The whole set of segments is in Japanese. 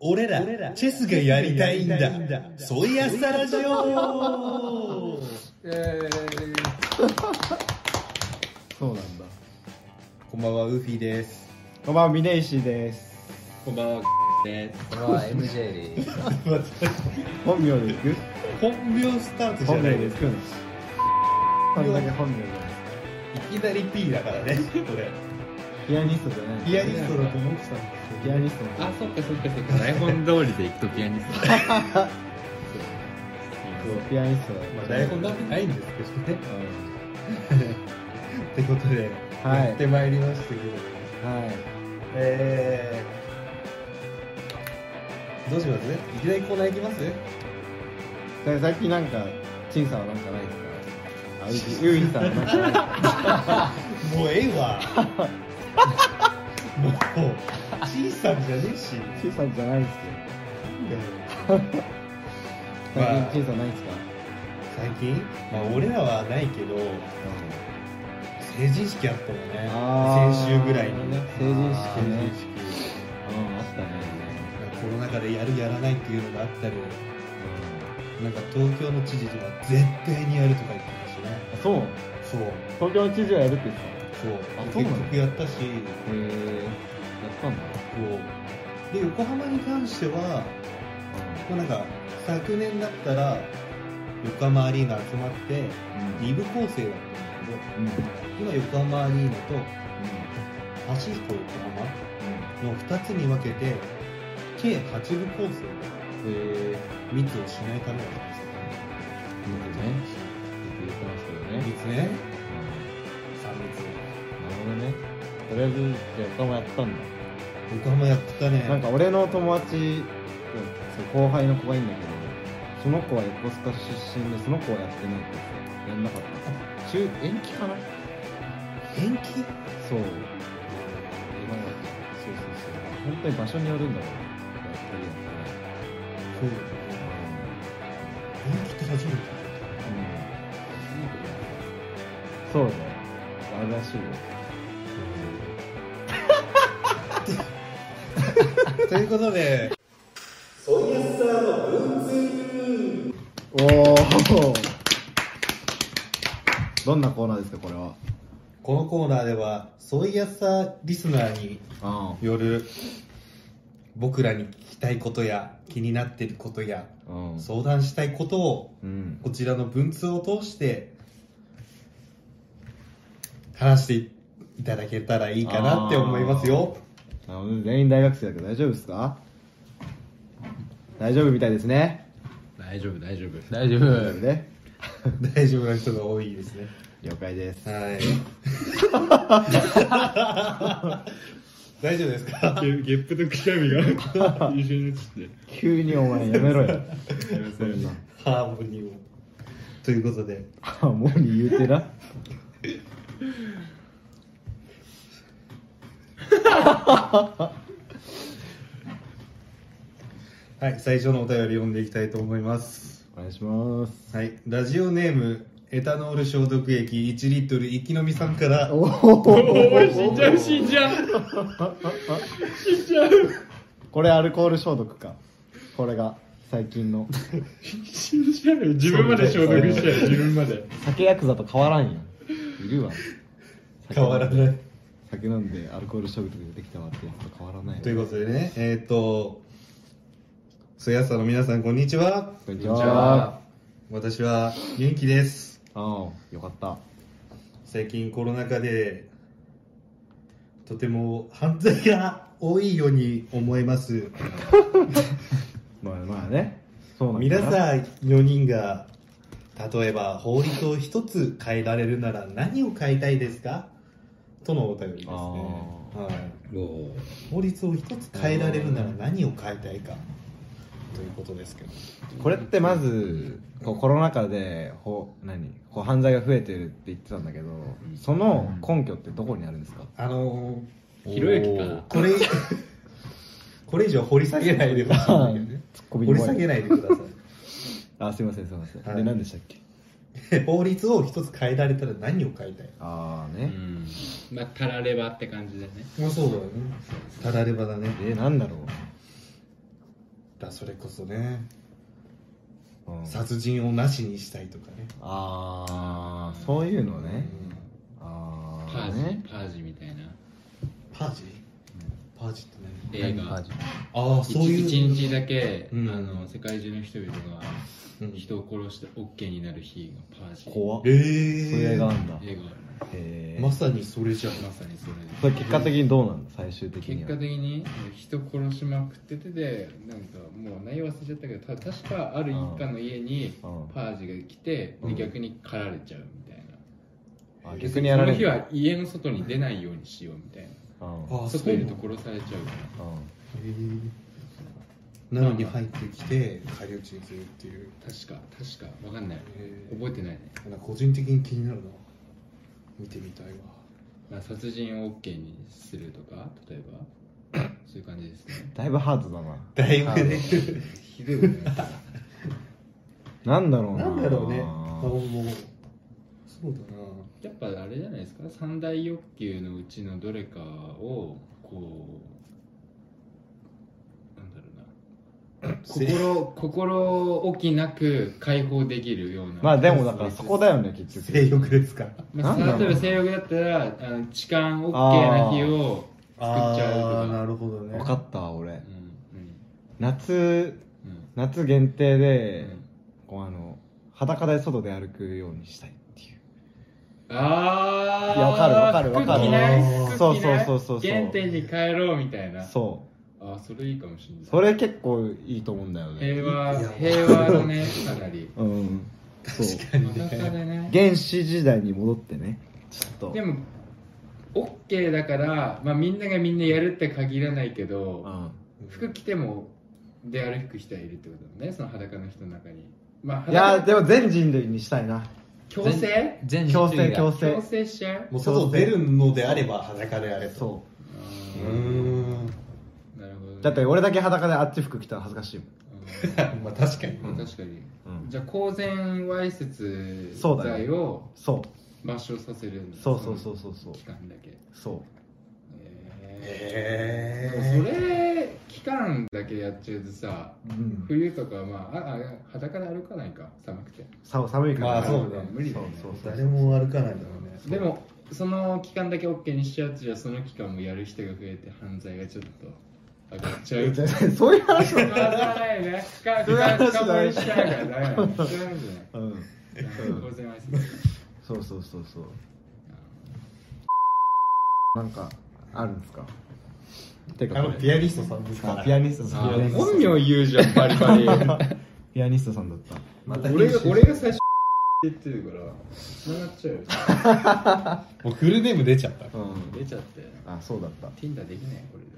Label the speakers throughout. Speaker 1: 俺らチェスがやりたいんだソイアスタラジ オ
Speaker 2: えー、
Speaker 3: そうなんだ
Speaker 1: こんばんはウーフィーです
Speaker 3: こんばんは峰岸です
Speaker 4: こんばんは、です。
Speaker 2: これは MJ で
Speaker 3: 本名でいく
Speaker 1: 本名スタートじゃ
Speaker 3: 本
Speaker 1: な
Speaker 3: 名
Speaker 1: い
Speaker 3: で
Speaker 1: で
Speaker 3: い
Speaker 1: す
Speaker 3: くんこんだけ本名なんです
Speaker 1: いきなり P だからねこれ
Speaker 3: ピアニストじゃない
Speaker 1: ピアニストだと思ってたんです
Speaker 3: ピアニスト
Speaker 4: あ、そっかそっかそっか。台本通りで行くとピアニスト。
Speaker 3: そうピアニストだ
Speaker 1: けどまあ台本なんてないんですけどね
Speaker 3: う
Speaker 1: ってことで、
Speaker 3: はい
Speaker 1: やってまいりましたけど
Speaker 3: んはい
Speaker 1: えー、どうしますいきなりコーナー行きます
Speaker 3: だから最近なんか陳さんはなんかないですかあウイウイさんはなんかないですか
Speaker 1: もうええ わもう小さんじゃねえし
Speaker 3: 陳さんじゃないですよ
Speaker 1: まあ
Speaker 3: 最近陳さんないですか
Speaker 1: 最近まあ俺らはないけど成人式あったよね
Speaker 3: あー
Speaker 1: 先週ぐらいにね
Speaker 3: 成人式
Speaker 1: 成
Speaker 3: ね
Speaker 1: 人式
Speaker 3: うんあったね
Speaker 1: コロナ禍でやるやらないっていうのがあったりなんか東京の知事は絶対にやるとか言ってましたね
Speaker 3: あそう
Speaker 1: そう
Speaker 3: 東京知事はやるって言ってた
Speaker 1: そう
Speaker 3: あそうな
Speaker 1: 結
Speaker 3: の
Speaker 1: 局やったし
Speaker 3: へえやったんだ
Speaker 1: そうで横浜に関してはまあなんか昨年だったら横浜アリーナ集まって2部構成だったんだ
Speaker 3: うんうん
Speaker 1: けど今横浜アリーナとパシフィコ横浜の2つに分けて計8部構成
Speaker 3: うんへえ
Speaker 1: 密をしないためなんです
Speaker 3: いいね言ってましたよね
Speaker 1: よ密ね
Speaker 3: う
Speaker 1: 3密
Speaker 3: んなるほどねとりあえずじゃあ他もやったんだ
Speaker 1: 横浜やってたね
Speaker 3: なんか俺の友達そう後輩の子がいいんだけどその子は横須賀出身でその子はやってないって言ってたやんなかった中延期かな
Speaker 1: 延期
Speaker 3: そう今だったそうそうそう本当に場所によるんだろうねやったりやっ
Speaker 1: そう
Speaker 3: た
Speaker 1: だね
Speaker 3: ない
Speaker 1: 延期って初めて
Speaker 3: うんそうだよ。あれらしいよ。
Speaker 1: ということで
Speaker 3: おお。どんなコーナーですか、これは。
Speaker 1: このコーナーではソイヤサリスナーに
Speaker 3: あ
Speaker 1: よる僕らに聞きたいことや気になってることや
Speaker 3: あ。うん。
Speaker 1: 相談したいことを
Speaker 3: うん。
Speaker 1: こちらの文通を通して話していただけたらいいかなって思いますよ
Speaker 3: なるほど全員大学生だけど大丈夫ですか大丈夫みたいですね。
Speaker 4: 大丈夫、大丈夫。大丈
Speaker 3: 大丈夫
Speaker 4: 夫。
Speaker 3: ね。
Speaker 1: 大丈夫な人が多いですね
Speaker 3: 了解です。
Speaker 1: はい大丈夫ですか
Speaker 4: ゲゲップとくしゃみが一緒に映って。
Speaker 3: 急にお前やめろよ。そんな。
Speaker 1: ハーモニーをということで
Speaker 3: ハーモニー言うてな。
Speaker 1: はい最初のお便り読んでいきたいと思います
Speaker 3: お願いします。
Speaker 1: はい、ラジオネームエタノール消毒液1リットル生きのみさんから
Speaker 3: おお。
Speaker 4: おい、死んじゃう、死んじゃう。死んじゃう。
Speaker 3: これアルコール消毒か。これが最近の。
Speaker 4: 死んじゃうよ。自分まで消毒しちゃうよ、自分まで。
Speaker 3: 酒ヤクザと変わらんやんいるわ
Speaker 1: 変わらない
Speaker 3: 酒飲んでアルコール消毒でできたわってやつと変わらない
Speaker 1: ということでねえっ、とそやさの皆さんこんにちは
Speaker 3: こんにち
Speaker 4: じ
Speaker 3: は
Speaker 4: あ、
Speaker 1: 私は元気です
Speaker 3: ああよかった
Speaker 1: 最近コロナ禍でとても犯罪が多いように思えます
Speaker 3: まあまあねそうなん
Speaker 1: 皆
Speaker 3: だな
Speaker 1: さん4人が例えば法律を一つ変えられるなら何を変えたいですかとのお便りですね、
Speaker 3: あー
Speaker 1: はい
Speaker 4: お
Speaker 1: 法律を一つ変えられるなら何を変えたいかということですけど
Speaker 3: これってまずこうコロナ禍でほ何こう犯罪が増えてるって言ってたんだけどその根拠ってどこにあるんですか
Speaker 1: あのー、
Speaker 4: ひろゆきかな
Speaker 1: これこれ以上掘り下げないでほしいんだけどね
Speaker 3: ツッコ
Speaker 1: 掘
Speaker 3: ミの
Speaker 1: り
Speaker 3: 前
Speaker 1: 下げないでくださ
Speaker 3: あすいませんすいません、
Speaker 1: はい
Speaker 3: で何でしたっけ
Speaker 1: い 法律を一つ変えられたら何を変えたい
Speaker 3: ああ
Speaker 4: う
Speaker 3: ね、
Speaker 4: ん。まあ、たらればって感じだね。
Speaker 1: まあそうだよねたらればだね
Speaker 3: えなんだろう
Speaker 1: だそれこそね
Speaker 3: うん
Speaker 1: 殺人をなしにしたいとかね
Speaker 3: ああそういうの
Speaker 1: う
Speaker 3: ね
Speaker 1: ん
Speaker 3: あ
Speaker 4: パ
Speaker 3: あ
Speaker 4: ージ、
Speaker 3: ね
Speaker 4: パージみたいな
Speaker 1: パージパージって何
Speaker 4: 映
Speaker 3: パー
Speaker 4: 画
Speaker 3: ジ
Speaker 1: ああそういう
Speaker 4: 一一日だけ、
Speaker 1: うん
Speaker 4: あの世界中の人々が
Speaker 1: うん
Speaker 4: 人を殺して OK になる日がパージ
Speaker 3: 怖っ
Speaker 1: え
Speaker 3: そう
Speaker 1: ー、
Speaker 3: いう映画なんだへ
Speaker 4: 映画
Speaker 3: え
Speaker 1: まさにそれじゃん
Speaker 4: まさにそれ
Speaker 3: それ結果的にどうなんだ最終的
Speaker 4: 結
Speaker 3: に
Speaker 4: 果
Speaker 3: は
Speaker 4: 的に人殺しまくっててでなんかもう内容忘れちゃったけどた確かある一家の家に
Speaker 3: うん
Speaker 4: パージが来て
Speaker 3: う
Speaker 4: で
Speaker 3: ん
Speaker 4: 逆に狩られちゃうみたいな
Speaker 3: あ逆にやられ
Speaker 4: その日
Speaker 3: る
Speaker 4: は家の外に出ないようにしようみたい
Speaker 3: うん
Speaker 1: あ
Speaker 4: な
Speaker 1: あそう
Speaker 4: 外いると
Speaker 1: へ
Speaker 4: 殺されちゃうから
Speaker 1: えなのに入ってきて返り討ちにするっていう
Speaker 4: 確か確かわかんない
Speaker 1: え
Speaker 4: 覚えてないね、
Speaker 1: ーなんか個人的に気になるな見てみたいわ
Speaker 4: まあ、殺人を OK にするとか例え ばそういう感じですね
Speaker 3: だいぶハードだな
Speaker 1: だいぶね
Speaker 4: ひどいよね
Speaker 3: なんだろうな
Speaker 1: なんだろうねあもうそうだな
Speaker 4: やっぱあれじゃないですか三大欲求のうちのどれかをこうなんだろうな心心置きなく解放できるような
Speaker 3: まあでもだからそこだよね結
Speaker 1: 性
Speaker 3: 局
Speaker 1: 欲ですか
Speaker 4: まあ
Speaker 3: なんだろう
Speaker 4: 例えば性欲だったらあの痴漢 OK な日を、作っちゃうとか
Speaker 1: あーなるほどね
Speaker 3: 分かった俺
Speaker 4: うん
Speaker 3: 夏
Speaker 4: うんうん
Speaker 3: 夏限定
Speaker 4: う
Speaker 3: で
Speaker 4: ん、
Speaker 3: こうあの裸で外で歩くようにしたいっていう
Speaker 4: あー
Speaker 3: いやわかるわかるわかる
Speaker 4: 服着ない服着ない
Speaker 3: そうそうそうそうそう
Speaker 4: 原点に帰ろうみたいな
Speaker 3: そ
Speaker 4: あーそれいいかもしれな
Speaker 3: う
Speaker 4: い
Speaker 3: それ結構いいと思うんだよね
Speaker 4: 平和
Speaker 1: いや
Speaker 4: 平和のねかなり
Speaker 3: うんそう
Speaker 4: 裸でね
Speaker 3: 原始時代に戻ってねちょっと
Speaker 4: でも OK だから、まあ、みんながみんなやるって限らないけ
Speaker 3: う
Speaker 4: ど
Speaker 3: ん
Speaker 4: 服着ても出歩く人はいるってことだもんねその裸の人の中にまあ
Speaker 3: いや
Speaker 4: 裸
Speaker 3: ーでも全人類にしたいな
Speaker 4: 強制
Speaker 2: 全
Speaker 3: 強制強
Speaker 2: 強
Speaker 3: 制
Speaker 4: 強制しちゃ う
Speaker 1: もう外出るのであれば裸であれ
Speaker 3: そ
Speaker 1: うんーん
Speaker 4: なるほどね、
Speaker 3: うだって俺だけ裸であっち服着たら恥ずかしいもん
Speaker 1: まあ確かに
Speaker 4: うん確かに、
Speaker 3: うん
Speaker 4: じゃあ公然わいせつ
Speaker 3: そうだ
Speaker 4: 罪を
Speaker 3: そ
Speaker 4: 抹消させるん
Speaker 3: う
Speaker 4: だ
Speaker 3: そうそうそうそうそう
Speaker 4: 期間だけ
Speaker 3: そ
Speaker 1: へ
Speaker 4: それ期間だけやっちゃうとさ
Speaker 3: う、うん、
Speaker 4: 冬とかはまあああ裸で歩かないか寒くて
Speaker 3: さ寒いから
Speaker 1: まあそうだね
Speaker 4: 無理だ
Speaker 3: そう
Speaker 4: よね
Speaker 3: そうそう
Speaker 1: 誰も歩かないんだろうね
Speaker 4: でもその期間だけ OK にしちゃうとじゃあその期間もやる人が増えて犯罪がちょっと上がっちゃう
Speaker 3: そういう話
Speaker 4: 仕方ないね深
Speaker 3: そういう話
Speaker 4: 深
Speaker 3: だね
Speaker 4: 深掘りしちゃうからダメなのそういう話じゃない
Speaker 3: うん
Speaker 4: うん当然愛する
Speaker 3: そうそうそうそうなんかあるんですかてか
Speaker 1: あ
Speaker 3: こ
Speaker 1: の
Speaker 3: れ
Speaker 1: ピアニストさんですから
Speaker 3: あピアニストさん
Speaker 4: あ
Speaker 3: ピアニストさ
Speaker 4: 本
Speaker 3: ん
Speaker 4: 名言うじゃんバリバリ
Speaker 3: ピアニストさんだったまた
Speaker 4: 俺が俺が最初言ってるからつながっちゃうよ
Speaker 1: もうフルネーム出ちゃった
Speaker 3: うん
Speaker 4: 出ちゃって
Speaker 3: あそうだった
Speaker 4: Tinder できないこれで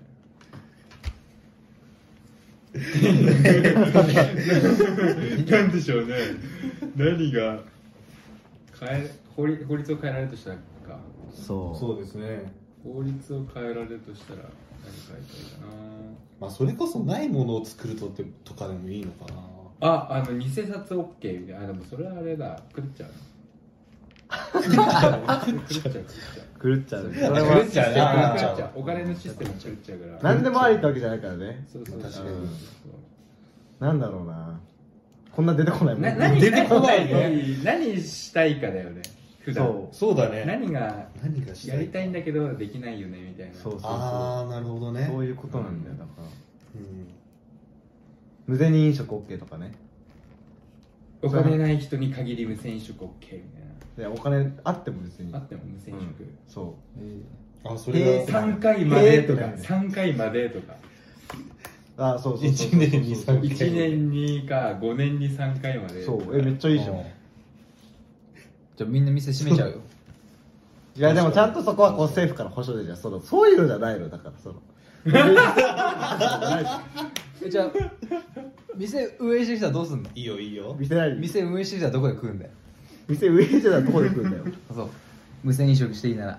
Speaker 4: なんでしょうね何が変え法律法律を変えられるとしたらか
Speaker 3: そう
Speaker 1: そうですね
Speaker 4: 法律を変えられるとしたら何変えたいか
Speaker 1: まあそれこそないものを作るとってとかでもいいのかな
Speaker 4: なああの偽札 OK みたいなあでもそれはあれだ食っちゃうな食っちゃう食っちゃう
Speaker 3: 狂っちゃうねそれ
Speaker 1: 狂
Speaker 3: は
Speaker 1: っちゃうな
Speaker 4: 食っちゃうお金のシステム食っちゃうから
Speaker 3: 何でもありってわけじゃないからね
Speaker 4: そうそう
Speaker 1: 確
Speaker 4: そ
Speaker 1: か
Speaker 4: う
Speaker 1: に
Speaker 3: なんだろうなこんな出てこないもん
Speaker 4: な何
Speaker 1: 出てこないね
Speaker 4: 何何したいかだよね普段
Speaker 3: そう
Speaker 1: そうだね
Speaker 4: 何が
Speaker 1: 何がした
Speaker 4: や
Speaker 1: い
Speaker 4: りたいんだけどできないよねみたいな
Speaker 3: そうそうそ
Speaker 1: ああなるほど
Speaker 3: う
Speaker 1: ね
Speaker 3: そういうことなんだよだから
Speaker 1: うん
Speaker 3: 無銭飲食 OK とかね
Speaker 4: お金ない人に限り無銭飲食 OK みたい
Speaker 3: でお金あっても別に
Speaker 4: なあっても無
Speaker 3: う
Speaker 4: 銭飲
Speaker 3: ん
Speaker 4: 食、
Speaker 3: そ
Speaker 1: あそ
Speaker 4: え
Speaker 1: れ
Speaker 4: ー
Speaker 1: が
Speaker 4: 3回までと
Speaker 3: え
Speaker 4: か、
Speaker 3: ーとか
Speaker 4: 3回までとか
Speaker 3: うあそうそうそうそ
Speaker 1: 一
Speaker 3: う
Speaker 1: 年に三回
Speaker 4: 1年にか5年に3回まで
Speaker 3: そうえめっちゃいいじゃん
Speaker 1: うん
Speaker 2: じゃあみんな店閉めちゃうよ
Speaker 3: いやでもちゃんとそこはこう政府から保証でじゃんそのそういうのじゃないのだからその
Speaker 2: え じゃあ店運営してる人はどうすんの
Speaker 1: いいよいいよ
Speaker 3: 店ない
Speaker 2: 店運営してる人はどこで食うんだよ
Speaker 3: 店運営してたらどこで食うんだよ
Speaker 2: あそう無銭飲食していいなら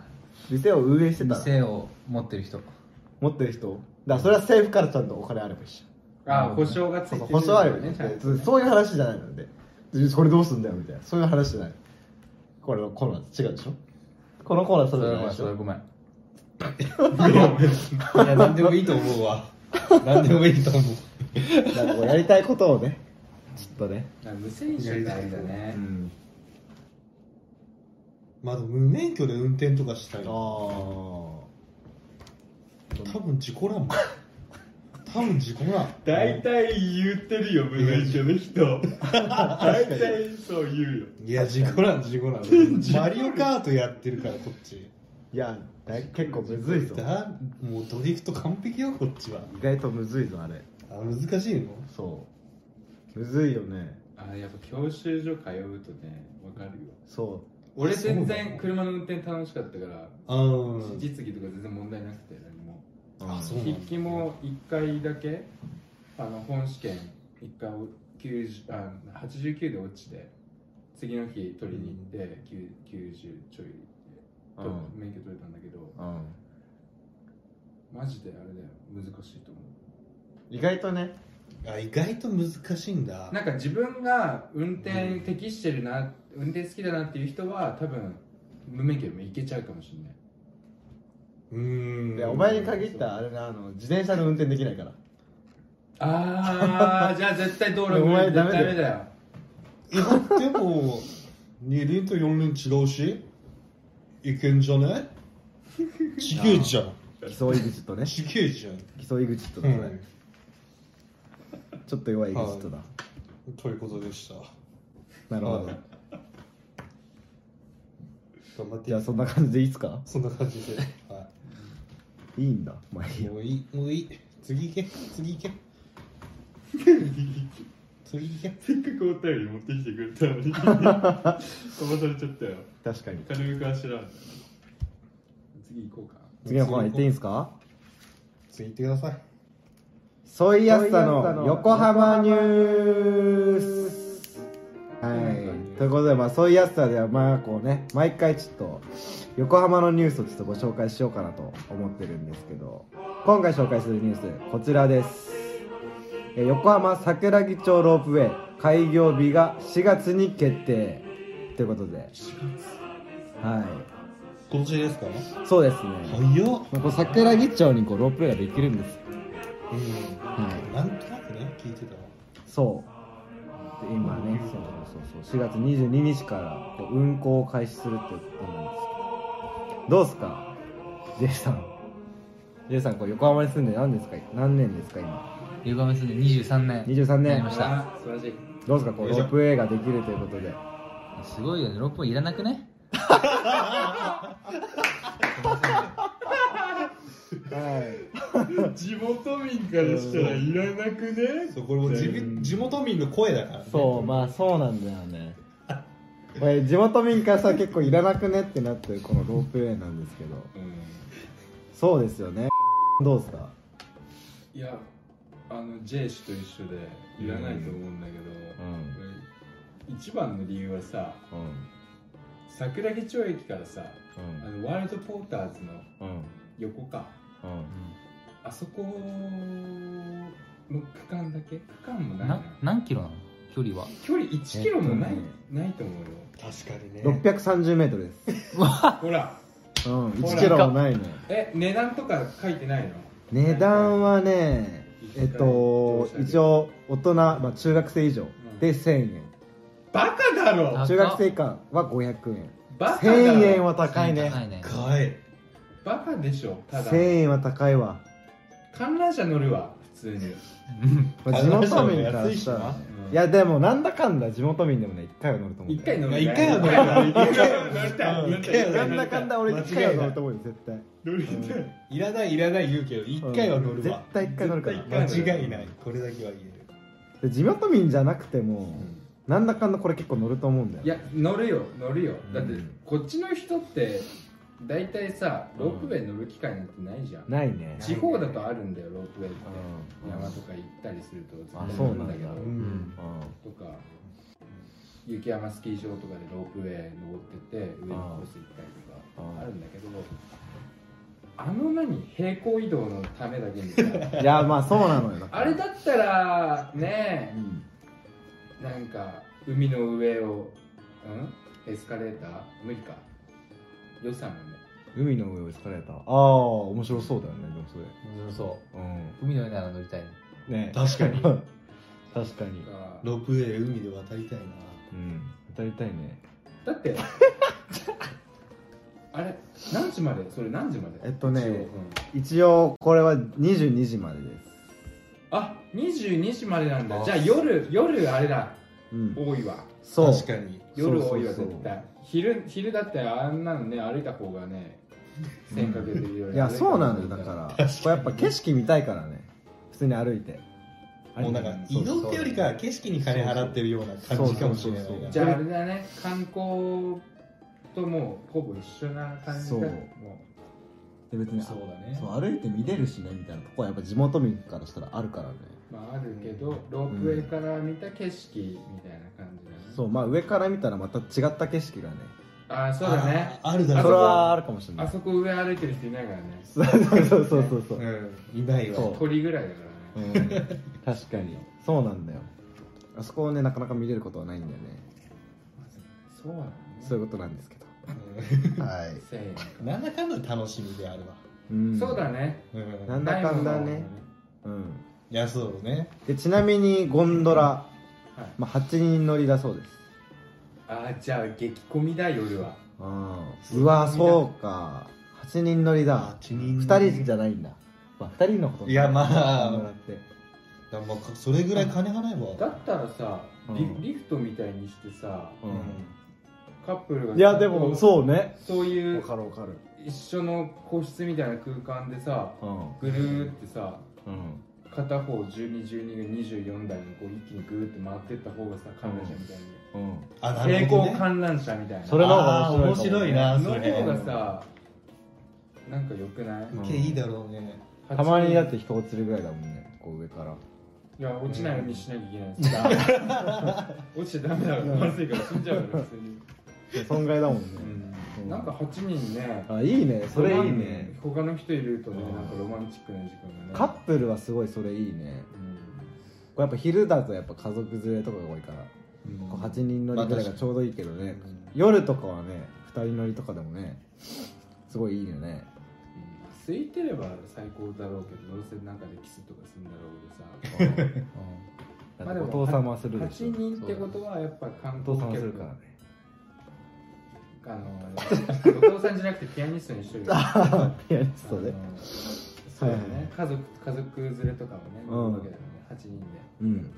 Speaker 3: 店を運営してたら
Speaker 2: 店を持ってる人
Speaker 3: 持ってる人だからそれは政府からちゃんとお金あれば一緒
Speaker 4: あ保証がつい
Speaker 3: そ
Speaker 4: て
Speaker 3: うそう
Speaker 4: る
Speaker 3: 保証あるよね
Speaker 4: ちゃんと
Speaker 3: そういう話じゃないのででこれどうすんだよみたいなそういう話じゃないこれのコーナー違うでしょこのコーナーそれじゃないでし
Speaker 2: それは
Speaker 3: ょ
Speaker 2: ごめん
Speaker 1: いや、なんでもいいと思うわ。なんでもいいと思う。
Speaker 3: なんかこうやりたいことをねちょっとね、
Speaker 4: あ 無選手ってあれだね
Speaker 3: ん、
Speaker 1: まあでも無免許で運転とかした
Speaker 3: あ
Speaker 1: い
Speaker 3: あ
Speaker 1: 多分事故らんもん多分事故らん
Speaker 4: 大体言ってるよ無免許の人大体そう言うよ
Speaker 1: いや事故ら ん事故らんマリオカートやってるからこっち
Speaker 3: いやだ結構むずいぞ
Speaker 1: だもうドリフト完璧よこっちは
Speaker 3: 意外とむずいぞあれ
Speaker 1: あ難しいの
Speaker 3: そうむずいよね
Speaker 4: あやっぱ教習所通うとねわかるよ
Speaker 3: そ
Speaker 4: 俺全
Speaker 1: そうな
Speaker 4: 然
Speaker 1: の
Speaker 4: 車の運転楽しかったから
Speaker 1: うん
Speaker 4: 実技とか全然問題なくて何も
Speaker 3: う
Speaker 1: あそう
Speaker 4: 筆記も1回だけあの本試験1回お90あ89で落ちて次の日取りに行って、きゅう90ちょいで
Speaker 3: う
Speaker 4: 取
Speaker 3: ん
Speaker 4: 免許取れたんだけど
Speaker 3: うん
Speaker 4: マジであれだよ難しいと思
Speaker 3: 意外とね
Speaker 1: あ意外と難しいんだ
Speaker 4: うなんか自分が運転適してるな、運転好きだなっていう人は多分無免許でもいけちゃうかもしれない、
Speaker 1: うーん
Speaker 3: でお前に限ったあれなあの自転車の運転できない から
Speaker 4: ああじゃあ絶対道路
Speaker 3: お前
Speaker 4: 無理
Speaker 3: ダメだよ
Speaker 4: 絶対だよ
Speaker 1: いやでも2輪と4輪違うしいけんじゃねちげえじゃん
Speaker 3: 偽装井口とね
Speaker 1: ちげえじゃん、
Speaker 3: 偽装井口と
Speaker 1: う
Speaker 3: だね、
Speaker 1: ん、
Speaker 3: ちょっと弱い井口とだ、
Speaker 1: ということでした
Speaker 3: なるほど、
Speaker 1: はい頑張って
Speaker 3: じゃあそんな感じでいいっすか
Speaker 1: そんな感じで、はい
Speaker 3: いんだまあいい
Speaker 1: い、
Speaker 3: や
Speaker 1: もういいもういい次行け次行け次行け
Speaker 4: せっかくお便り持ってきてくれたの に飛ばされちゃったよ
Speaker 3: 確かに
Speaker 4: 軽くあしらん次行こうか
Speaker 3: 次のコーナー行っていいんすか
Speaker 1: 次行ってください
Speaker 3: ソイヤッサの横浜ニュースはい、ということで、まあ、ソイヤッサでは、まあ、こうね、毎回ちょっと、横浜のニュースをちょっとご紹介しようかなと思ってるんですけど、今回紹介するニュース、こちらです。えー横浜桜木町ロープウェイ、開業日が4月に決定。ということで、は
Speaker 1: 今年ですか
Speaker 3: い、そうですね。
Speaker 1: 早っ
Speaker 3: まあこう桜木町にこうロープウェイができるんです。
Speaker 1: う
Speaker 3: はい
Speaker 1: んなんとなくね聞いてたわ
Speaker 3: そうで今ねそうそうそうそう4月22日からこう運行を開始するってことなんですけどどうすか J さん J さんこう横浜に住んで何ですか何年ですか今
Speaker 2: 横浜住んで23年
Speaker 3: 23
Speaker 2: なり
Speaker 3: 年
Speaker 2: ました
Speaker 4: あー素晴らしい
Speaker 3: どうですかこう
Speaker 1: よ
Speaker 3: ロ
Speaker 1: いしょ
Speaker 3: ープウェイができるということです
Speaker 2: ごいよね6本いらなくね
Speaker 3: はい
Speaker 4: 地元民からしたらいらなくね
Speaker 1: そうこれも地
Speaker 3: うん
Speaker 1: 地元民の声だからね
Speaker 3: そうまあそうなんだよねこれ地元民からさ結構いらなくねってなってるこのロープウェイなんですけど
Speaker 4: うん
Speaker 3: そうですよねどうですか
Speaker 4: いやあの J 氏と一緒でいらないと思うんだけど、
Speaker 3: ん
Speaker 4: 俺一番の理由はさ桜木町駅からさあ
Speaker 3: うん
Speaker 4: のワールドポーターズ
Speaker 3: う
Speaker 4: の
Speaker 3: ん
Speaker 4: 横か
Speaker 3: うん
Speaker 4: あそこの区間だけ区間もないな
Speaker 2: な何キロなの距離は
Speaker 4: 距離1キロもない、
Speaker 3: えっとね
Speaker 4: ないと思うよ
Speaker 1: 確かにね
Speaker 3: 6 3 0ルで
Speaker 4: ほら
Speaker 3: す、うん、
Speaker 4: ほら
Speaker 3: 1キロもないのよ
Speaker 4: え値段とか書いてないの
Speaker 3: 値段はねえっと
Speaker 4: 一回
Speaker 3: 一応大人、まあ、中学生以上で1000円
Speaker 4: バカだろ
Speaker 2: 高っ
Speaker 3: 中学生以下は500円
Speaker 4: バカだろ
Speaker 3: 1000円は高いね
Speaker 2: 高いね
Speaker 1: かい
Speaker 4: バカでしょただ
Speaker 3: 1000円は高いわ、
Speaker 4: 観覧車乗るわ普通に
Speaker 2: うん
Speaker 3: まあ、地元民からしたらね
Speaker 4: うん
Speaker 3: いやでもなんだかんだ地元民でもね1回は乗ると思う
Speaker 4: 一回乗
Speaker 1: い
Speaker 4: る
Speaker 1: や
Speaker 4: ね
Speaker 1: 一回は乗りたい
Speaker 4: 一回は乗りたい
Speaker 1: うん
Speaker 4: 一回
Speaker 3: な
Speaker 4: は
Speaker 3: ん
Speaker 4: 乗
Speaker 3: だ
Speaker 4: りた
Speaker 3: か
Speaker 4: い
Speaker 3: んだ俺1回は乗ると思うよ絶対
Speaker 4: 乗りたい
Speaker 1: いらないいらない言うけど一回は乗
Speaker 3: うん
Speaker 1: る
Speaker 3: 絶
Speaker 1: わ
Speaker 3: 対1回乗るか
Speaker 4: 絶
Speaker 3: ら
Speaker 4: 対一回は乗る
Speaker 1: 間違いないこれだけは言える
Speaker 3: で地元民じゃなくても
Speaker 4: うん
Speaker 3: なんだかんだこれ結構乗ると思うんだよ
Speaker 4: いや乗るよ乗るよだって
Speaker 3: うん
Speaker 4: こっちの人って大体さロープウェイ乗る機会なんてないじゃん
Speaker 3: ないね
Speaker 4: 地方だとあるんだよロープウェイって
Speaker 3: うん
Speaker 4: 山とか行ったりすると絶
Speaker 3: あ
Speaker 4: 対
Speaker 3: そう
Speaker 4: 乗
Speaker 3: な
Speaker 4: る
Speaker 3: んだう
Speaker 4: んだけど
Speaker 1: うん
Speaker 4: とか雪山スキー場とかでロープウェイ登ってて上のコース行ったりと
Speaker 3: あ
Speaker 4: か
Speaker 3: あ
Speaker 4: あるんだけどあの何平行移動のためだけに さ
Speaker 3: いやまあそうなのよ
Speaker 4: あれだったらね
Speaker 3: うん
Speaker 4: なんか海の上を、うん、エスカレーター無理か予算がね
Speaker 3: 海の上をエスカレーターああ面白そうだよねでもそれ
Speaker 2: 面白そう
Speaker 3: うん
Speaker 2: 海の上なら乗りたいね
Speaker 3: ね
Speaker 1: 確かに
Speaker 3: 確かに
Speaker 4: か
Speaker 1: ロープウェイ海で渡りたいな
Speaker 3: うん当たりたいね
Speaker 4: だってあれ何時までそれ何時まで
Speaker 3: えっとね
Speaker 4: 一応うん
Speaker 3: 一応これは22時までです
Speaker 4: あ22時までなんだ
Speaker 1: あ
Speaker 4: じゃあ夜夜あれだ
Speaker 3: うん
Speaker 4: 多いわ
Speaker 3: そう
Speaker 1: 確かに
Speaker 4: 夜多いわ
Speaker 3: そうそうそう
Speaker 4: 絶対昼昼だってあんなのね歩いた方がねせっかくでい
Speaker 3: いやそうなんだよだ
Speaker 4: ら
Speaker 3: からこれやっぱ景色見たいからね普通に歩いて
Speaker 1: もうなんか移動ってよりかは景色に金払ってるような感じかもしれない
Speaker 3: そうそうそう
Speaker 1: な
Speaker 4: じゃああれだね観光ともうほぼ一緒な感じだ
Speaker 3: そう
Speaker 4: も
Speaker 3: で別に
Speaker 4: そうだね
Speaker 3: そう歩いて見れるしねみたいなとこはやっぱ地元民からしたらあるからね
Speaker 4: まああるけどロープウェイから見た景色みたいな感じだね、
Speaker 3: そうまあ上から見たらまた違った景色がね
Speaker 4: ああそうだね
Speaker 1: あある
Speaker 3: そ
Speaker 1: だ
Speaker 3: れ
Speaker 1: ろう
Speaker 3: はあるかもしれな
Speaker 4: あ
Speaker 3: い
Speaker 4: そこ上歩いてる人いないからね
Speaker 3: そうそうそうそうそう、
Speaker 1: うんいない
Speaker 3: そ
Speaker 1: わ
Speaker 3: う
Speaker 4: 鳥ぐらいだからね
Speaker 3: うん、確かにそうなんだよあそこをねなかなか見れることはないんだよね
Speaker 4: そうだね
Speaker 3: そういうことなんですけどはい、
Speaker 4: せーの
Speaker 1: うん なんだかんだ楽しみであるわ
Speaker 3: うん、
Speaker 4: そうだね
Speaker 1: うん
Speaker 3: なんだかんだね
Speaker 4: ないものは
Speaker 3: うん
Speaker 1: いやそうね
Speaker 3: でちなみにゴンドラ、
Speaker 4: はい
Speaker 3: まあ、8人乗りだそうです
Speaker 4: ああじゃあ激混みだ夜は
Speaker 3: あーうわそうか8人乗りだ
Speaker 1: 8人
Speaker 3: 2人じゃないんだ、まあ、2人のこと
Speaker 1: いやまあ
Speaker 3: ゴンドラって
Speaker 1: だからまあかそれぐらい金払え
Speaker 4: だ
Speaker 1: ば
Speaker 4: ったらさリ,、
Speaker 3: うん
Speaker 4: リフトみたいにしてさ
Speaker 3: う
Speaker 1: うん
Speaker 4: カップルが
Speaker 3: いやでも
Speaker 4: う
Speaker 3: そうね
Speaker 4: そういう
Speaker 3: るわかる
Speaker 4: 一緒の個室みたいな空間でさ
Speaker 3: うん
Speaker 4: ぐるーってさ
Speaker 3: うん
Speaker 4: 片方1212が24台にこう一気にぐーって回ってった方がさ観覧車みたいに、
Speaker 3: うん
Speaker 1: あな
Speaker 4: 成
Speaker 1: るほど
Speaker 4: 功
Speaker 1: ね
Speaker 4: 観覧車みたいな
Speaker 3: それの
Speaker 1: あ
Speaker 3: 方
Speaker 1: ー
Speaker 3: が
Speaker 1: 面
Speaker 3: 面白
Speaker 1: 白
Speaker 3: い
Speaker 1: い
Speaker 3: かもね
Speaker 1: な
Speaker 4: の
Speaker 1: それ
Speaker 4: 方がさなんか良くない
Speaker 3: ん
Speaker 1: 受けいいだろうね
Speaker 3: たまにだって人を釣るぐらいだもんねこう上から
Speaker 4: いや落ちないようにしなきゃいけないです 落ちちゃダメだろまずいから死んじゃうから普通に、
Speaker 3: 損害だもんね、
Speaker 4: うんなんか8人ね
Speaker 3: あいいねそれいいね
Speaker 4: 他の人いるとね
Speaker 3: うん
Speaker 4: なんかロマンチックな時間がね
Speaker 3: カップルはすごいそれいいねこれやっぱ昼だとやっぱ家族連れとかが多いから、
Speaker 4: うん
Speaker 3: こう8人乗りぐらいがちょうどいいけどね、
Speaker 1: うん
Speaker 3: 夜とかはね2人乗りとかでもねすごいいいよね
Speaker 4: うん空いてれば最高だろうけどどうせなんかでキスとかするんだろうけどさ
Speaker 3: だってお父さんもするでしょ
Speaker 4: 8人ってことはやっぱ観
Speaker 3: お
Speaker 4: 光
Speaker 3: 父さんもする
Speaker 4: 客
Speaker 3: からね
Speaker 4: あのお父さんじゃなくてピアニストにして る
Speaker 3: いやそうね
Speaker 4: あのそうだね、
Speaker 3: はいはい
Speaker 4: 家族家族連れとかもね、
Speaker 3: うん
Speaker 4: いるわけだよね8人で、
Speaker 3: うん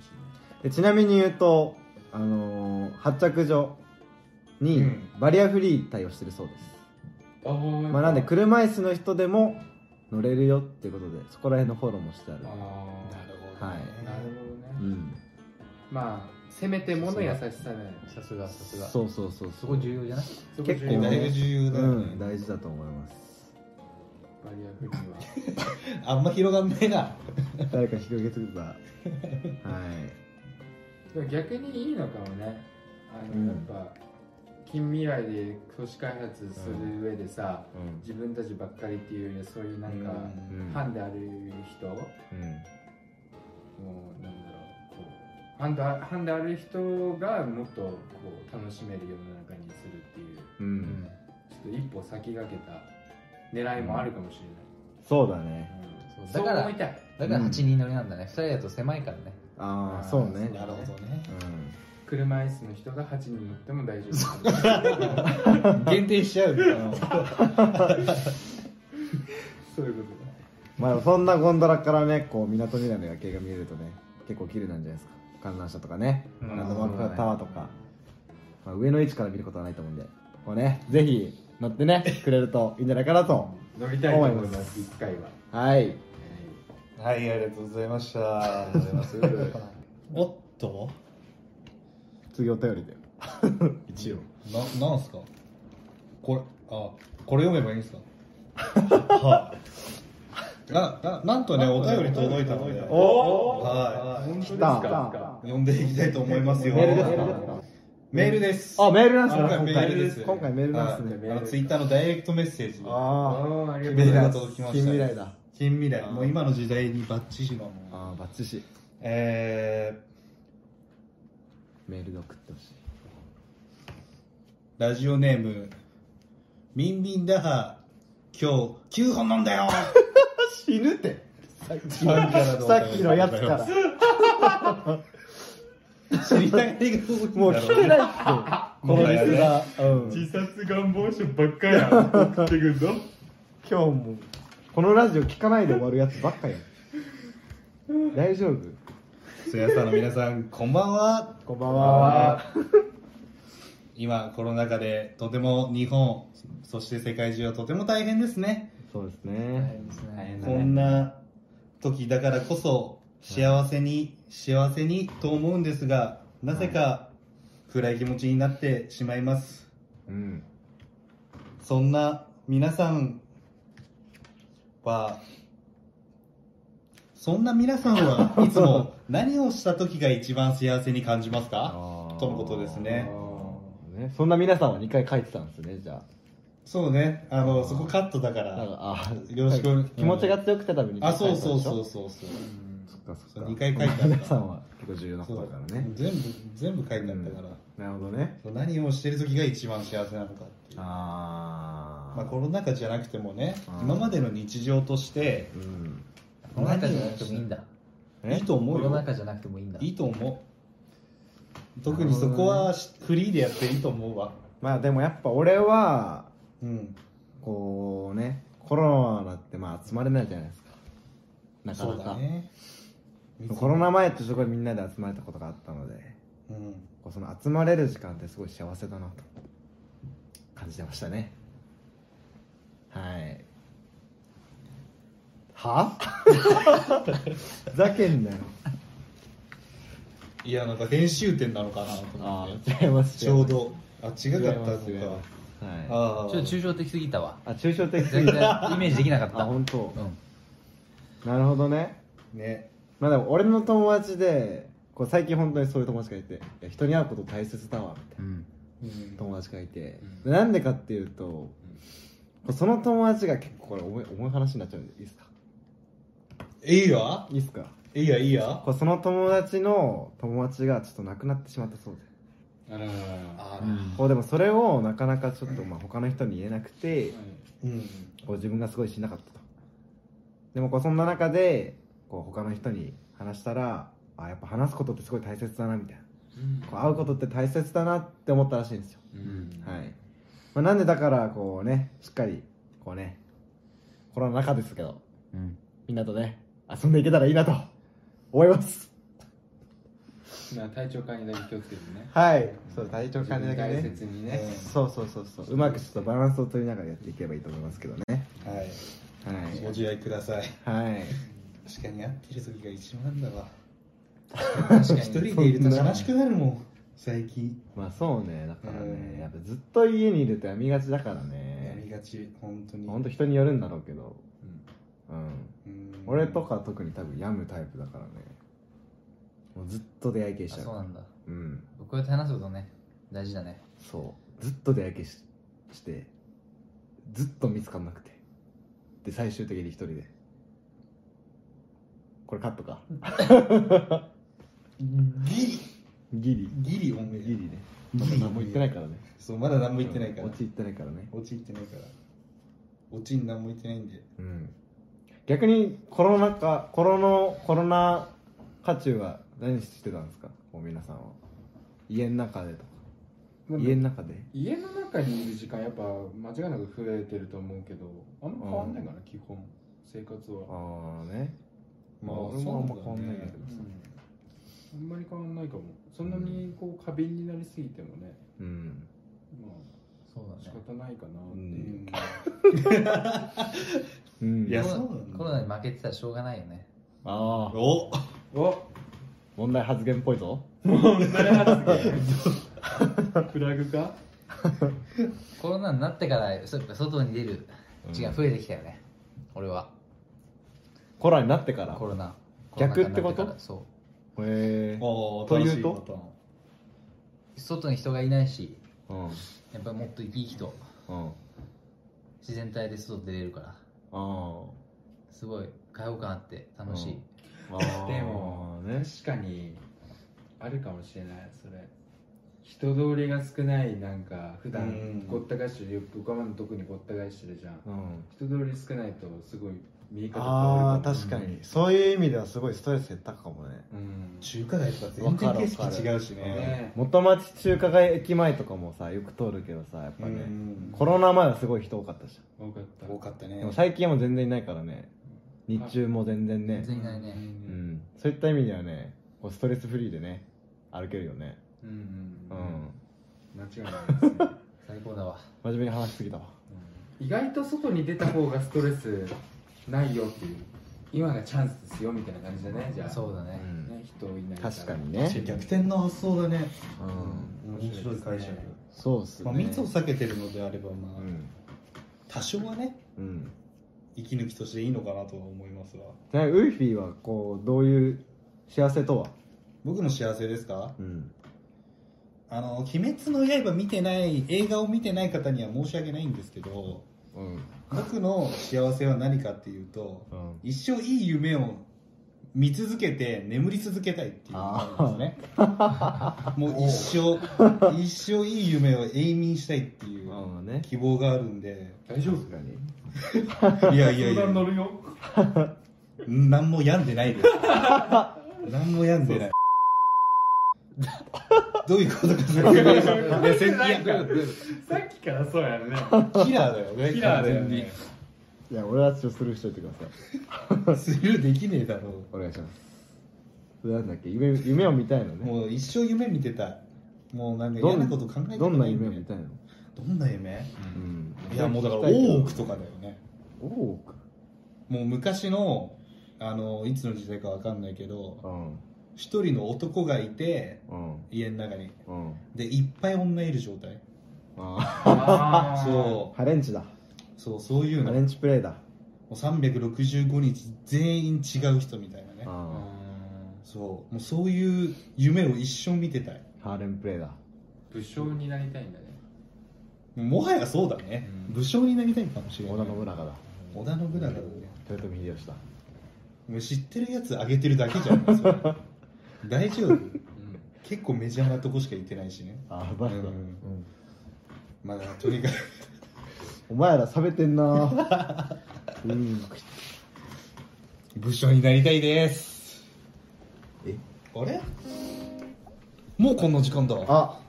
Speaker 3: でちなみに言うと、あのー発着所に
Speaker 1: うん
Speaker 3: バリアフリー対応してるそうです、
Speaker 4: あー
Speaker 3: まあ、なんで車椅子の人でも乗れるよっていうことでそこら辺のフォローもしてある
Speaker 4: あー
Speaker 1: なるほ
Speaker 3: はい
Speaker 4: なるほどね、
Speaker 3: うん
Speaker 4: まあせめてもの優しさだよね
Speaker 2: さすがさすが
Speaker 3: そうそうそう
Speaker 2: そこ重要じゃない
Speaker 4: そこ
Speaker 3: 結構
Speaker 1: だ
Speaker 4: 重要だ
Speaker 1: い
Speaker 4: よ
Speaker 1: ぶ
Speaker 4: ね
Speaker 1: 重要だ
Speaker 3: う
Speaker 1: よ
Speaker 3: ん
Speaker 1: ね
Speaker 3: 大事だと思います
Speaker 4: バリアフリーは
Speaker 1: あんま広がんねえな
Speaker 3: 誰か広げてくれたはい
Speaker 4: でも逆にいいのかもねあの、
Speaker 3: うん
Speaker 4: やっぱ近未来で都市開発する上でさ、
Speaker 3: うん
Speaker 4: 自分たちばっかりっていうよりはそういうなん
Speaker 1: う
Speaker 4: か、
Speaker 1: ん
Speaker 3: うん
Speaker 4: ファンである人も
Speaker 3: うん
Speaker 4: うなんだろうこうファンでファンである人がもっとこう楽しめる世の中にするっていう
Speaker 3: う
Speaker 1: うんん
Speaker 4: ちょっと一歩先駆けた狙いもあるかもしれ
Speaker 3: そうだね
Speaker 4: ない、
Speaker 2: そううんだ
Speaker 4: そ
Speaker 2: から
Speaker 4: う思いたい
Speaker 2: だから8人乗りなんだね2人だと狭いからね
Speaker 3: ああ
Speaker 4: あー
Speaker 3: そうね
Speaker 1: なるほどね
Speaker 4: 車椅子の人が8人乗っても大丈 夫
Speaker 1: 限定しちゃう
Speaker 3: うんうん
Speaker 4: そういうことだ
Speaker 3: まあそんなゴンドラからねこう港未来の夜景が見えるとね結構綺麗なんじゃないですか観覧車とかね
Speaker 2: うん
Speaker 3: ランドマークタワーとか、まあ、上の位置から見ることはないと思うんでこうねぜひ乗ってねくれるといいんじゃないかなと
Speaker 4: 乗りたいと思います1回は、
Speaker 3: はい
Speaker 2: はいありがとうございましたありがとうございます
Speaker 1: おっと
Speaker 3: 次お便りだよ一応
Speaker 1: ななんすかこれあこれ読めばいいん ですかはいなななんとねお便り届いたので
Speaker 3: おお
Speaker 1: は
Speaker 4: 本当です
Speaker 3: 来
Speaker 4: か
Speaker 3: た
Speaker 4: あ
Speaker 1: い読んでいきたいと思いますよ
Speaker 3: メールですか
Speaker 1: メールです
Speaker 3: あメールなんす
Speaker 1: 今
Speaker 3: ね
Speaker 1: 回メールです
Speaker 3: 今回メールなんすね
Speaker 4: メール
Speaker 1: あのツイッターのダイレクトメッセージで
Speaker 3: あ
Speaker 4: ああり
Speaker 1: メ
Speaker 4: が
Speaker 1: ー
Speaker 4: とうご
Speaker 1: ルが
Speaker 4: ざいま
Speaker 1: 届
Speaker 4: す
Speaker 1: きま
Speaker 3: あ
Speaker 1: した
Speaker 3: 近未来だ
Speaker 1: 近未来もう今の時代にバッチリの
Speaker 3: ああバッチシ
Speaker 1: えー
Speaker 3: メールで送ってほしい
Speaker 1: ラジオネームミンミンダハ今日9本飲んだよ
Speaker 3: 死ぬってさっき
Speaker 1: さ
Speaker 3: のさっきのやつから。
Speaker 1: 知りたいが多いんだろうね
Speaker 3: もう聞けないって、このリスが。うん
Speaker 4: 自殺願望症ばっかやん送ってくんぞ
Speaker 3: 今日もこのラジオ聞かないで終わるやつばっかやん大丈夫
Speaker 1: すやさんの皆さんこんばんは
Speaker 3: こんばんは
Speaker 1: 今コロナ禍でとても日本そして世界中はとても大変ですね
Speaker 3: そうです
Speaker 2: 大
Speaker 3: ね
Speaker 2: 変ですね
Speaker 1: こんな時だからこそ幸せに幸せにと思うんですがなぜか暗い気持ちになってしまいます
Speaker 3: うん
Speaker 1: そんな皆さんはそんな皆さんはいつ も何をした時が一番幸せに感じますか
Speaker 3: あ
Speaker 1: とのことですね
Speaker 3: ねそんな皆さんは2回書いてたんですねじゃ
Speaker 1: そうねあのそこカットだか
Speaker 3: あなんからあ
Speaker 1: よろしく
Speaker 3: はい気持ちが強くてために
Speaker 1: あそうそうそううそうそう
Speaker 3: そっかそっ
Speaker 1: そう
Speaker 3: か
Speaker 1: 二回書いてあ った
Speaker 3: 皆さんは結構重要なことだからね
Speaker 1: 全部全部書いてあったから、
Speaker 3: なるほどね
Speaker 1: そう何をしてる時が一番幸せなのかっていう
Speaker 3: あー
Speaker 1: まあ、コロナ禍じゃなくてもね
Speaker 3: あー
Speaker 1: 今までの日常として
Speaker 3: うん
Speaker 2: コロナ禍じゃなくてもいいんだ
Speaker 1: いいと思
Speaker 2: コ
Speaker 1: う
Speaker 2: ロナ
Speaker 1: よ
Speaker 2: 禍じゃなくてもいいんだ
Speaker 1: いいと思う特にそこはしフリーでやっていいと思うわ
Speaker 3: まあでもやっぱ俺は
Speaker 1: うん
Speaker 3: こうねコロナってまあ集まれないじゃないですかなか
Speaker 1: そう
Speaker 3: な
Speaker 1: だ
Speaker 3: か、
Speaker 1: ね
Speaker 3: コロナ前ってそこでみんなで集まれたことがあったので
Speaker 1: うん
Speaker 3: こうその集まれる時間ってすごい幸せだなと感じてましたねはいは ふざけんなよ
Speaker 1: いやなんか編集点なのかなと
Speaker 3: あ
Speaker 1: 思って
Speaker 3: あ違います
Speaker 1: ちょうどあ違かった
Speaker 3: 違いま
Speaker 1: と
Speaker 3: す違い
Speaker 1: か
Speaker 3: ますはい
Speaker 1: ああ
Speaker 2: ちょっと抽象的すぎた わ
Speaker 3: あ抽象的す
Speaker 2: 全
Speaker 3: ぎ
Speaker 2: 然イ
Speaker 3: た
Speaker 2: メージできなかった
Speaker 3: あ本当、
Speaker 2: うん
Speaker 3: なるほどね
Speaker 1: ね
Speaker 3: まあでも俺の友達でこう最近本当にそういう友達がいていや人に会うこと大切だわみたい
Speaker 2: うん
Speaker 1: うん
Speaker 3: な友達がいて
Speaker 4: う
Speaker 3: でな、んでかっていうと、こうその友達が結構これ重い重い話になっちゃうんでいいですか
Speaker 1: いいわ
Speaker 3: いいですか
Speaker 1: いいやいいや
Speaker 3: こうその友達の友達がちょっと亡くなってしまったそうで、
Speaker 4: あらららら
Speaker 1: あ
Speaker 3: こうでもそれをなかなかちょっとまあ他の人に言えなくて、
Speaker 1: うん
Speaker 3: こう自分がすごいしなかったとでもこうそんな中でこう他の人に話したらあやっぱ話すことってすごい大切だなみたいなこう会うことって大切だなって思ったらしいんですよ、
Speaker 4: うん
Speaker 3: はいまあ、なんでだからこうねしっかりこうねコロナ禍ですけど
Speaker 2: うん
Speaker 3: みんなとね遊んでいけたらいいなと思います
Speaker 4: まあ体調管理だけ気をつけてね
Speaker 3: はいそう体調管理だけ
Speaker 4: 自分
Speaker 3: ね
Speaker 4: 大切にね
Speaker 3: そうそうそうそううまくちょっとバランスを取りながらやっていけばいいと思いますけどね
Speaker 1: はいご
Speaker 3: は
Speaker 1: 自愛ください
Speaker 3: いはい
Speaker 1: 確かに会ってる時が一番だわ確かに一人でいると悲しくなるもん最近
Speaker 3: まあそうねだから
Speaker 1: うん
Speaker 3: ねやっぱずっと家にいると病みがちだから
Speaker 1: やり
Speaker 3: ね
Speaker 1: がち本当に
Speaker 3: ほんと人によるんだろうけど
Speaker 4: うん
Speaker 3: うん
Speaker 1: うん
Speaker 3: 俺とか特に多分病むタイプだからねもうずっと出会い系し
Speaker 2: あ
Speaker 3: ちゃう
Speaker 2: そうなんだ
Speaker 3: うん
Speaker 2: こうやって話すことね大事だね
Speaker 3: そうずっと出会い系ししてずっと見つかんなくてで最終的に一人でこれカットか
Speaker 1: ギリ
Speaker 3: ギリ
Speaker 1: ギリおめ
Speaker 3: ギリね
Speaker 1: ギ
Speaker 3: ま
Speaker 1: リ
Speaker 3: だ何も言ってないからね
Speaker 1: そうまだ何も言ってないから
Speaker 3: 落ち言ってないからね
Speaker 1: 落ちってないから落ちに何も言ってないんで
Speaker 3: うん逆にコロナ禍コロナコロナ渦中は何してたんですかこう皆さんは家の中でとか
Speaker 4: まあ
Speaker 3: 家の中で
Speaker 4: 家の中にいる時間やっぱ間違いなく増えてると思うけどあんま変わんないかな、基本生活は、
Speaker 3: ああね
Speaker 1: まあ
Speaker 3: 俺もあんま
Speaker 1: そうだね
Speaker 3: 変わんないんだけ
Speaker 4: う
Speaker 3: どさ
Speaker 4: ん、あんまり変わんないかもそんなにこう過敏になりすぎてもね
Speaker 3: うん
Speaker 4: ま
Speaker 2: そう
Speaker 4: あ仕
Speaker 2: だね
Speaker 4: 方ないかなって
Speaker 1: う
Speaker 4: いう、
Speaker 1: ん
Speaker 3: うん
Speaker 1: いや
Speaker 2: コロ
Speaker 1: そうなんだ
Speaker 2: コロナに負けてたらしょうがないよね
Speaker 3: ああ
Speaker 1: お
Speaker 4: お
Speaker 3: 問題発言っぽいぞ
Speaker 4: フラグか
Speaker 2: コロナになってからそうか外に出る
Speaker 3: うん
Speaker 2: 違う増えてきたよね俺は
Speaker 3: コロナになってから
Speaker 2: コロナ
Speaker 3: 逆
Speaker 2: コロナ禍になか
Speaker 3: っ
Speaker 2: ら
Speaker 3: てこと
Speaker 2: そ
Speaker 3: へえ
Speaker 1: お
Speaker 3: というと
Speaker 2: う外に人がいないし
Speaker 3: うん
Speaker 2: やっぱりもっと生き生きと
Speaker 3: うん
Speaker 2: 自然体で外出れるから
Speaker 3: あー
Speaker 2: すごい開放感あって楽しい、
Speaker 3: あー
Speaker 4: でも
Speaker 3: ね
Speaker 4: 確かにあるかもしれないそれ人通りが少ないなんか普
Speaker 3: う
Speaker 4: 段
Speaker 3: ん
Speaker 4: ごった返してるよく我慢特にごった返してるじゃん
Speaker 3: うん、
Speaker 4: 人通り少ないとすごい見え方変わ
Speaker 3: あ
Speaker 4: る
Speaker 3: あ
Speaker 4: も
Speaker 3: 確かに、そういう意味ではすごいストレス減ったかもね
Speaker 4: うん
Speaker 1: 中華街とか
Speaker 3: わ
Speaker 1: 全
Speaker 3: か
Speaker 1: 然
Speaker 3: る
Speaker 1: 景色違うしね
Speaker 4: ね
Speaker 3: 元町中華街駅前とかもさよく通るけどさやっぱ
Speaker 1: う
Speaker 3: ね、
Speaker 1: ん
Speaker 3: コロナ前はすごい人多かったじ
Speaker 4: 多かった
Speaker 1: 多かった
Speaker 3: ゃん
Speaker 1: ね
Speaker 3: でも最近はもう全然いないからね日中も全然ね、
Speaker 2: 全然いないね
Speaker 3: う
Speaker 4: ね
Speaker 3: ん、そういった意味ではねこうストレスフリーでね歩けるよね
Speaker 4: うんうん
Speaker 3: う、
Speaker 4: うんん間違いないですね
Speaker 2: 最高だわ
Speaker 3: 真面目に話しすぎたわ
Speaker 4: 意外と外に出た方がストレスないよっていう今がチャンスですよみたいな感じだねじゃあ
Speaker 2: そうだね、
Speaker 3: うん
Speaker 4: ね人いないから
Speaker 3: 確かに
Speaker 1: 確かに
Speaker 3: ね、
Speaker 1: 逆転の発想だね
Speaker 3: うん、
Speaker 1: 面白い解釈
Speaker 3: そうっすね、
Speaker 1: まあ密を避けてるのであればま
Speaker 3: う
Speaker 1: あ
Speaker 3: ん、
Speaker 1: 多少はね
Speaker 3: うん、
Speaker 1: 息抜きとしていいのかなとは思いますが
Speaker 3: じゃあウルフィはこうどういう幸せとは
Speaker 1: 僕の幸せですか
Speaker 3: うん
Speaker 1: あの「鬼滅の刃」見てない映画を見てない方には申し訳ないんですけど
Speaker 3: うん
Speaker 1: 僕の幸せは何かっていうと
Speaker 3: うん
Speaker 1: 一生いい夢を見続けて眠り続けたいっていうのがあるんですねもう一生一生いい夢を永眠したいっていう
Speaker 3: まあね
Speaker 1: 希望があるんで
Speaker 4: 大丈夫
Speaker 3: かに
Speaker 1: いやいやいや
Speaker 4: 相談乗るよ
Speaker 1: 何も病んでないです何も病んでないどういうことか説明 いや説明
Speaker 4: さっきからそうやね
Speaker 1: キラーだよね
Speaker 4: キラーだよ
Speaker 1: 完全
Speaker 4: ね
Speaker 1: に
Speaker 3: いや俺はちょっとスルーしといてくださ
Speaker 1: ス
Speaker 3: い
Speaker 1: ルーできねえだろ
Speaker 3: お願いしますなんだっけ夢夢を見たいの
Speaker 1: う
Speaker 3: ね
Speaker 1: もう一生夢見てたいもうなんか嫌なこと考えて
Speaker 3: どんな夢を
Speaker 1: 夢
Speaker 3: 見たいの
Speaker 1: どんな夢
Speaker 3: うん
Speaker 1: いやもうだから
Speaker 3: 聞きたいけど
Speaker 1: 大奥とかだよね
Speaker 3: 大奥
Speaker 1: もう昔のあのいつの時代かわかんないけど
Speaker 3: うん
Speaker 1: 一人の男がいて
Speaker 3: うん
Speaker 1: 家の中に
Speaker 3: うん
Speaker 1: でいっぱい女いる状態
Speaker 3: あ
Speaker 4: あー
Speaker 1: そ
Speaker 3: ハレンチだ
Speaker 1: うそうそういう
Speaker 3: ハ
Speaker 1: の
Speaker 3: レンチプレイだ
Speaker 1: もう365日全員違う人みたいなね
Speaker 4: うん
Speaker 3: あ
Speaker 1: そうもうそういう夢を一生見てたい
Speaker 3: あハーレンプレイだ
Speaker 4: 武将になりたいんだね
Speaker 1: もはやそうだね、
Speaker 4: うん
Speaker 1: 武将になりたいかもしれない
Speaker 3: 織田信長だ
Speaker 1: 織田信長だね
Speaker 3: 豊臣秀吉だ
Speaker 1: もう知ってるやつあげてるだけじゃ んそれ大丈夫結構メジャーなとこしか行ってないしね
Speaker 3: ああバレた、
Speaker 1: う
Speaker 3: うんん、
Speaker 1: まあとにかく
Speaker 3: お前ら冷めてん なうん
Speaker 1: 武将になりたいです
Speaker 3: え
Speaker 1: あれもうこんな時間だあ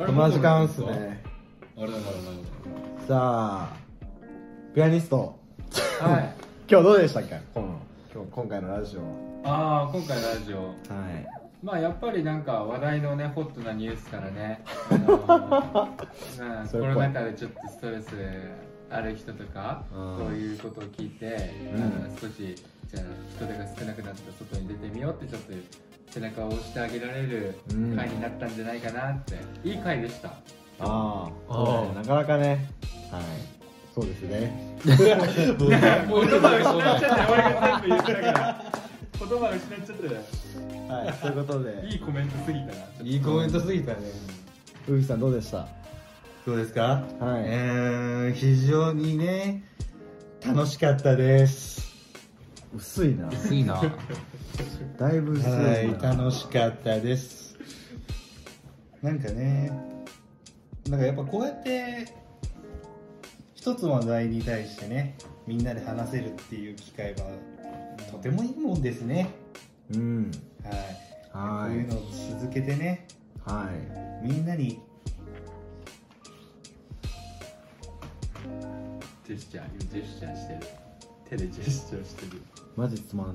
Speaker 3: あこの時間っすね
Speaker 1: あれあれあれ
Speaker 3: さあピアニスト
Speaker 4: はい
Speaker 3: 今日どうでしたっけこの今日今回のラジオ
Speaker 4: ああ今回のラジオ
Speaker 3: はい
Speaker 4: まあやっぱりなんか話題のねホットなニュースからね、あのーまあ、
Speaker 3: そ
Speaker 4: コ
Speaker 3: れっぽい
Speaker 4: ロナ禍でちょっとストレスある人とか、
Speaker 3: うん
Speaker 4: そういうことを聞いて、
Speaker 3: うん
Speaker 4: あの少しじゃあ人手が少なくなった外に出てみようってちょっと背中を押してあげられる
Speaker 3: うん
Speaker 4: 回になったんじゃないかなって、いい回でした
Speaker 3: ああ
Speaker 2: あー
Speaker 3: そうねなかなかねはいそうですね
Speaker 4: もう言葉失っちゃって俺が全部言ったから言葉失っちゃっ
Speaker 3: はいということで
Speaker 4: いいコメントすぎたなちょっと
Speaker 1: いいコメントすぎたね
Speaker 3: ウフさんどうでした
Speaker 1: どうですか
Speaker 3: はい
Speaker 1: えー非常にね楽しかったです
Speaker 3: 薄いな
Speaker 2: 薄いな
Speaker 3: だいぶ薄いな、
Speaker 1: はい楽しかったですなんかねなんかやっぱこうやって一つの話題に対してねみんなで話せるっていう機会はとてもいいもんですね
Speaker 3: うん
Speaker 1: はい、
Speaker 3: は
Speaker 1: こういう
Speaker 3: い
Speaker 1: のを続けてね
Speaker 3: はい
Speaker 1: みんなに
Speaker 4: ジェスチャージェスチャーしてる手でジェスチャーしてる
Speaker 3: マジつまん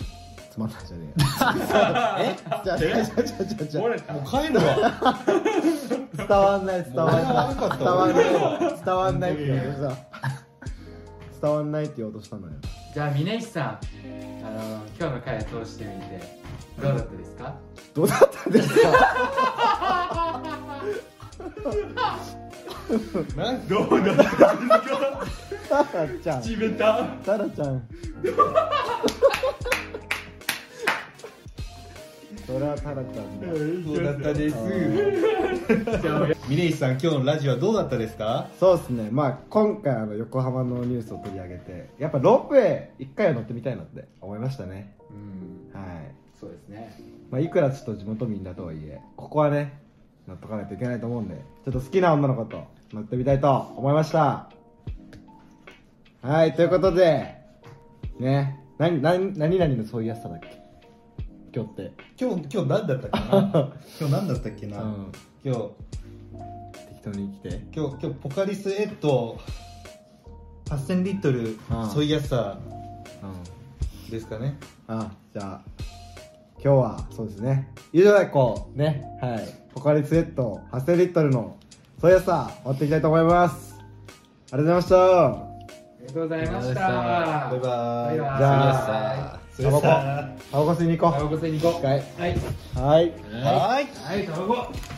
Speaker 3: つまんないじゃね ええじゃあじゃあじゃあじゃあじゃあ
Speaker 4: れた
Speaker 1: 帰るわ
Speaker 3: 伝わんない伝わんない
Speaker 1: もう
Speaker 3: 伝わんない
Speaker 1: 俺
Speaker 3: 伝わんないって言おうとした伝わんないって言おうとしたのよ
Speaker 4: じゃあ峰岸さんあの今日の回を通してみてどうだったで すか
Speaker 3: どうだったんですか
Speaker 1: なん
Speaker 4: どうだった
Speaker 3: タラちゃん
Speaker 4: めた
Speaker 3: タラちゃんそれはタラちゃんだ
Speaker 1: どうだったです
Speaker 4: じゃあ
Speaker 1: 峰岸さん今日のラジオはどうだったですか
Speaker 3: そうですねまあ今回あの横浜のニュースを取り上げてやっぱロープウェイ一回は乗ってみたいなって思いましたね
Speaker 4: うん
Speaker 3: はい
Speaker 4: そうですね
Speaker 3: まあ、いくらちょっと地元民だとはいえここはねなっとかないといけないと思うんでちょっと好きな女の子となってみたいと思いましたはいということでね何何何々のそういうやつさだっけ今日って
Speaker 1: 今日今日何だったっ けな今日何だったっけな、
Speaker 3: うん
Speaker 1: 今日
Speaker 3: 適当に生きて
Speaker 1: 今日今日ポカリスエット8000リットル
Speaker 3: うん
Speaker 1: ソイヤサ
Speaker 3: うん
Speaker 1: ーですかね
Speaker 3: あじゃあ今日はそうですね以上でこうねはいポカリスエット8000リットルのそういうやつさ終わっていきたいと思いますありがとうございました
Speaker 4: りがとうございまし
Speaker 2: あ
Speaker 1: バイ
Speaker 4: た
Speaker 1: バーイ
Speaker 4: バイバイ
Speaker 3: じ
Speaker 2: あ
Speaker 3: ゃ
Speaker 2: さ
Speaker 1: ソイ
Speaker 3: タ
Speaker 1: ヤ
Speaker 3: バコ
Speaker 1: サ
Speaker 3: タバコ吸いに行こ
Speaker 4: タバコ吸いに行こ
Speaker 3: う一回
Speaker 4: うはい
Speaker 3: はい
Speaker 2: あ
Speaker 1: ーはーい
Speaker 4: はいタバコ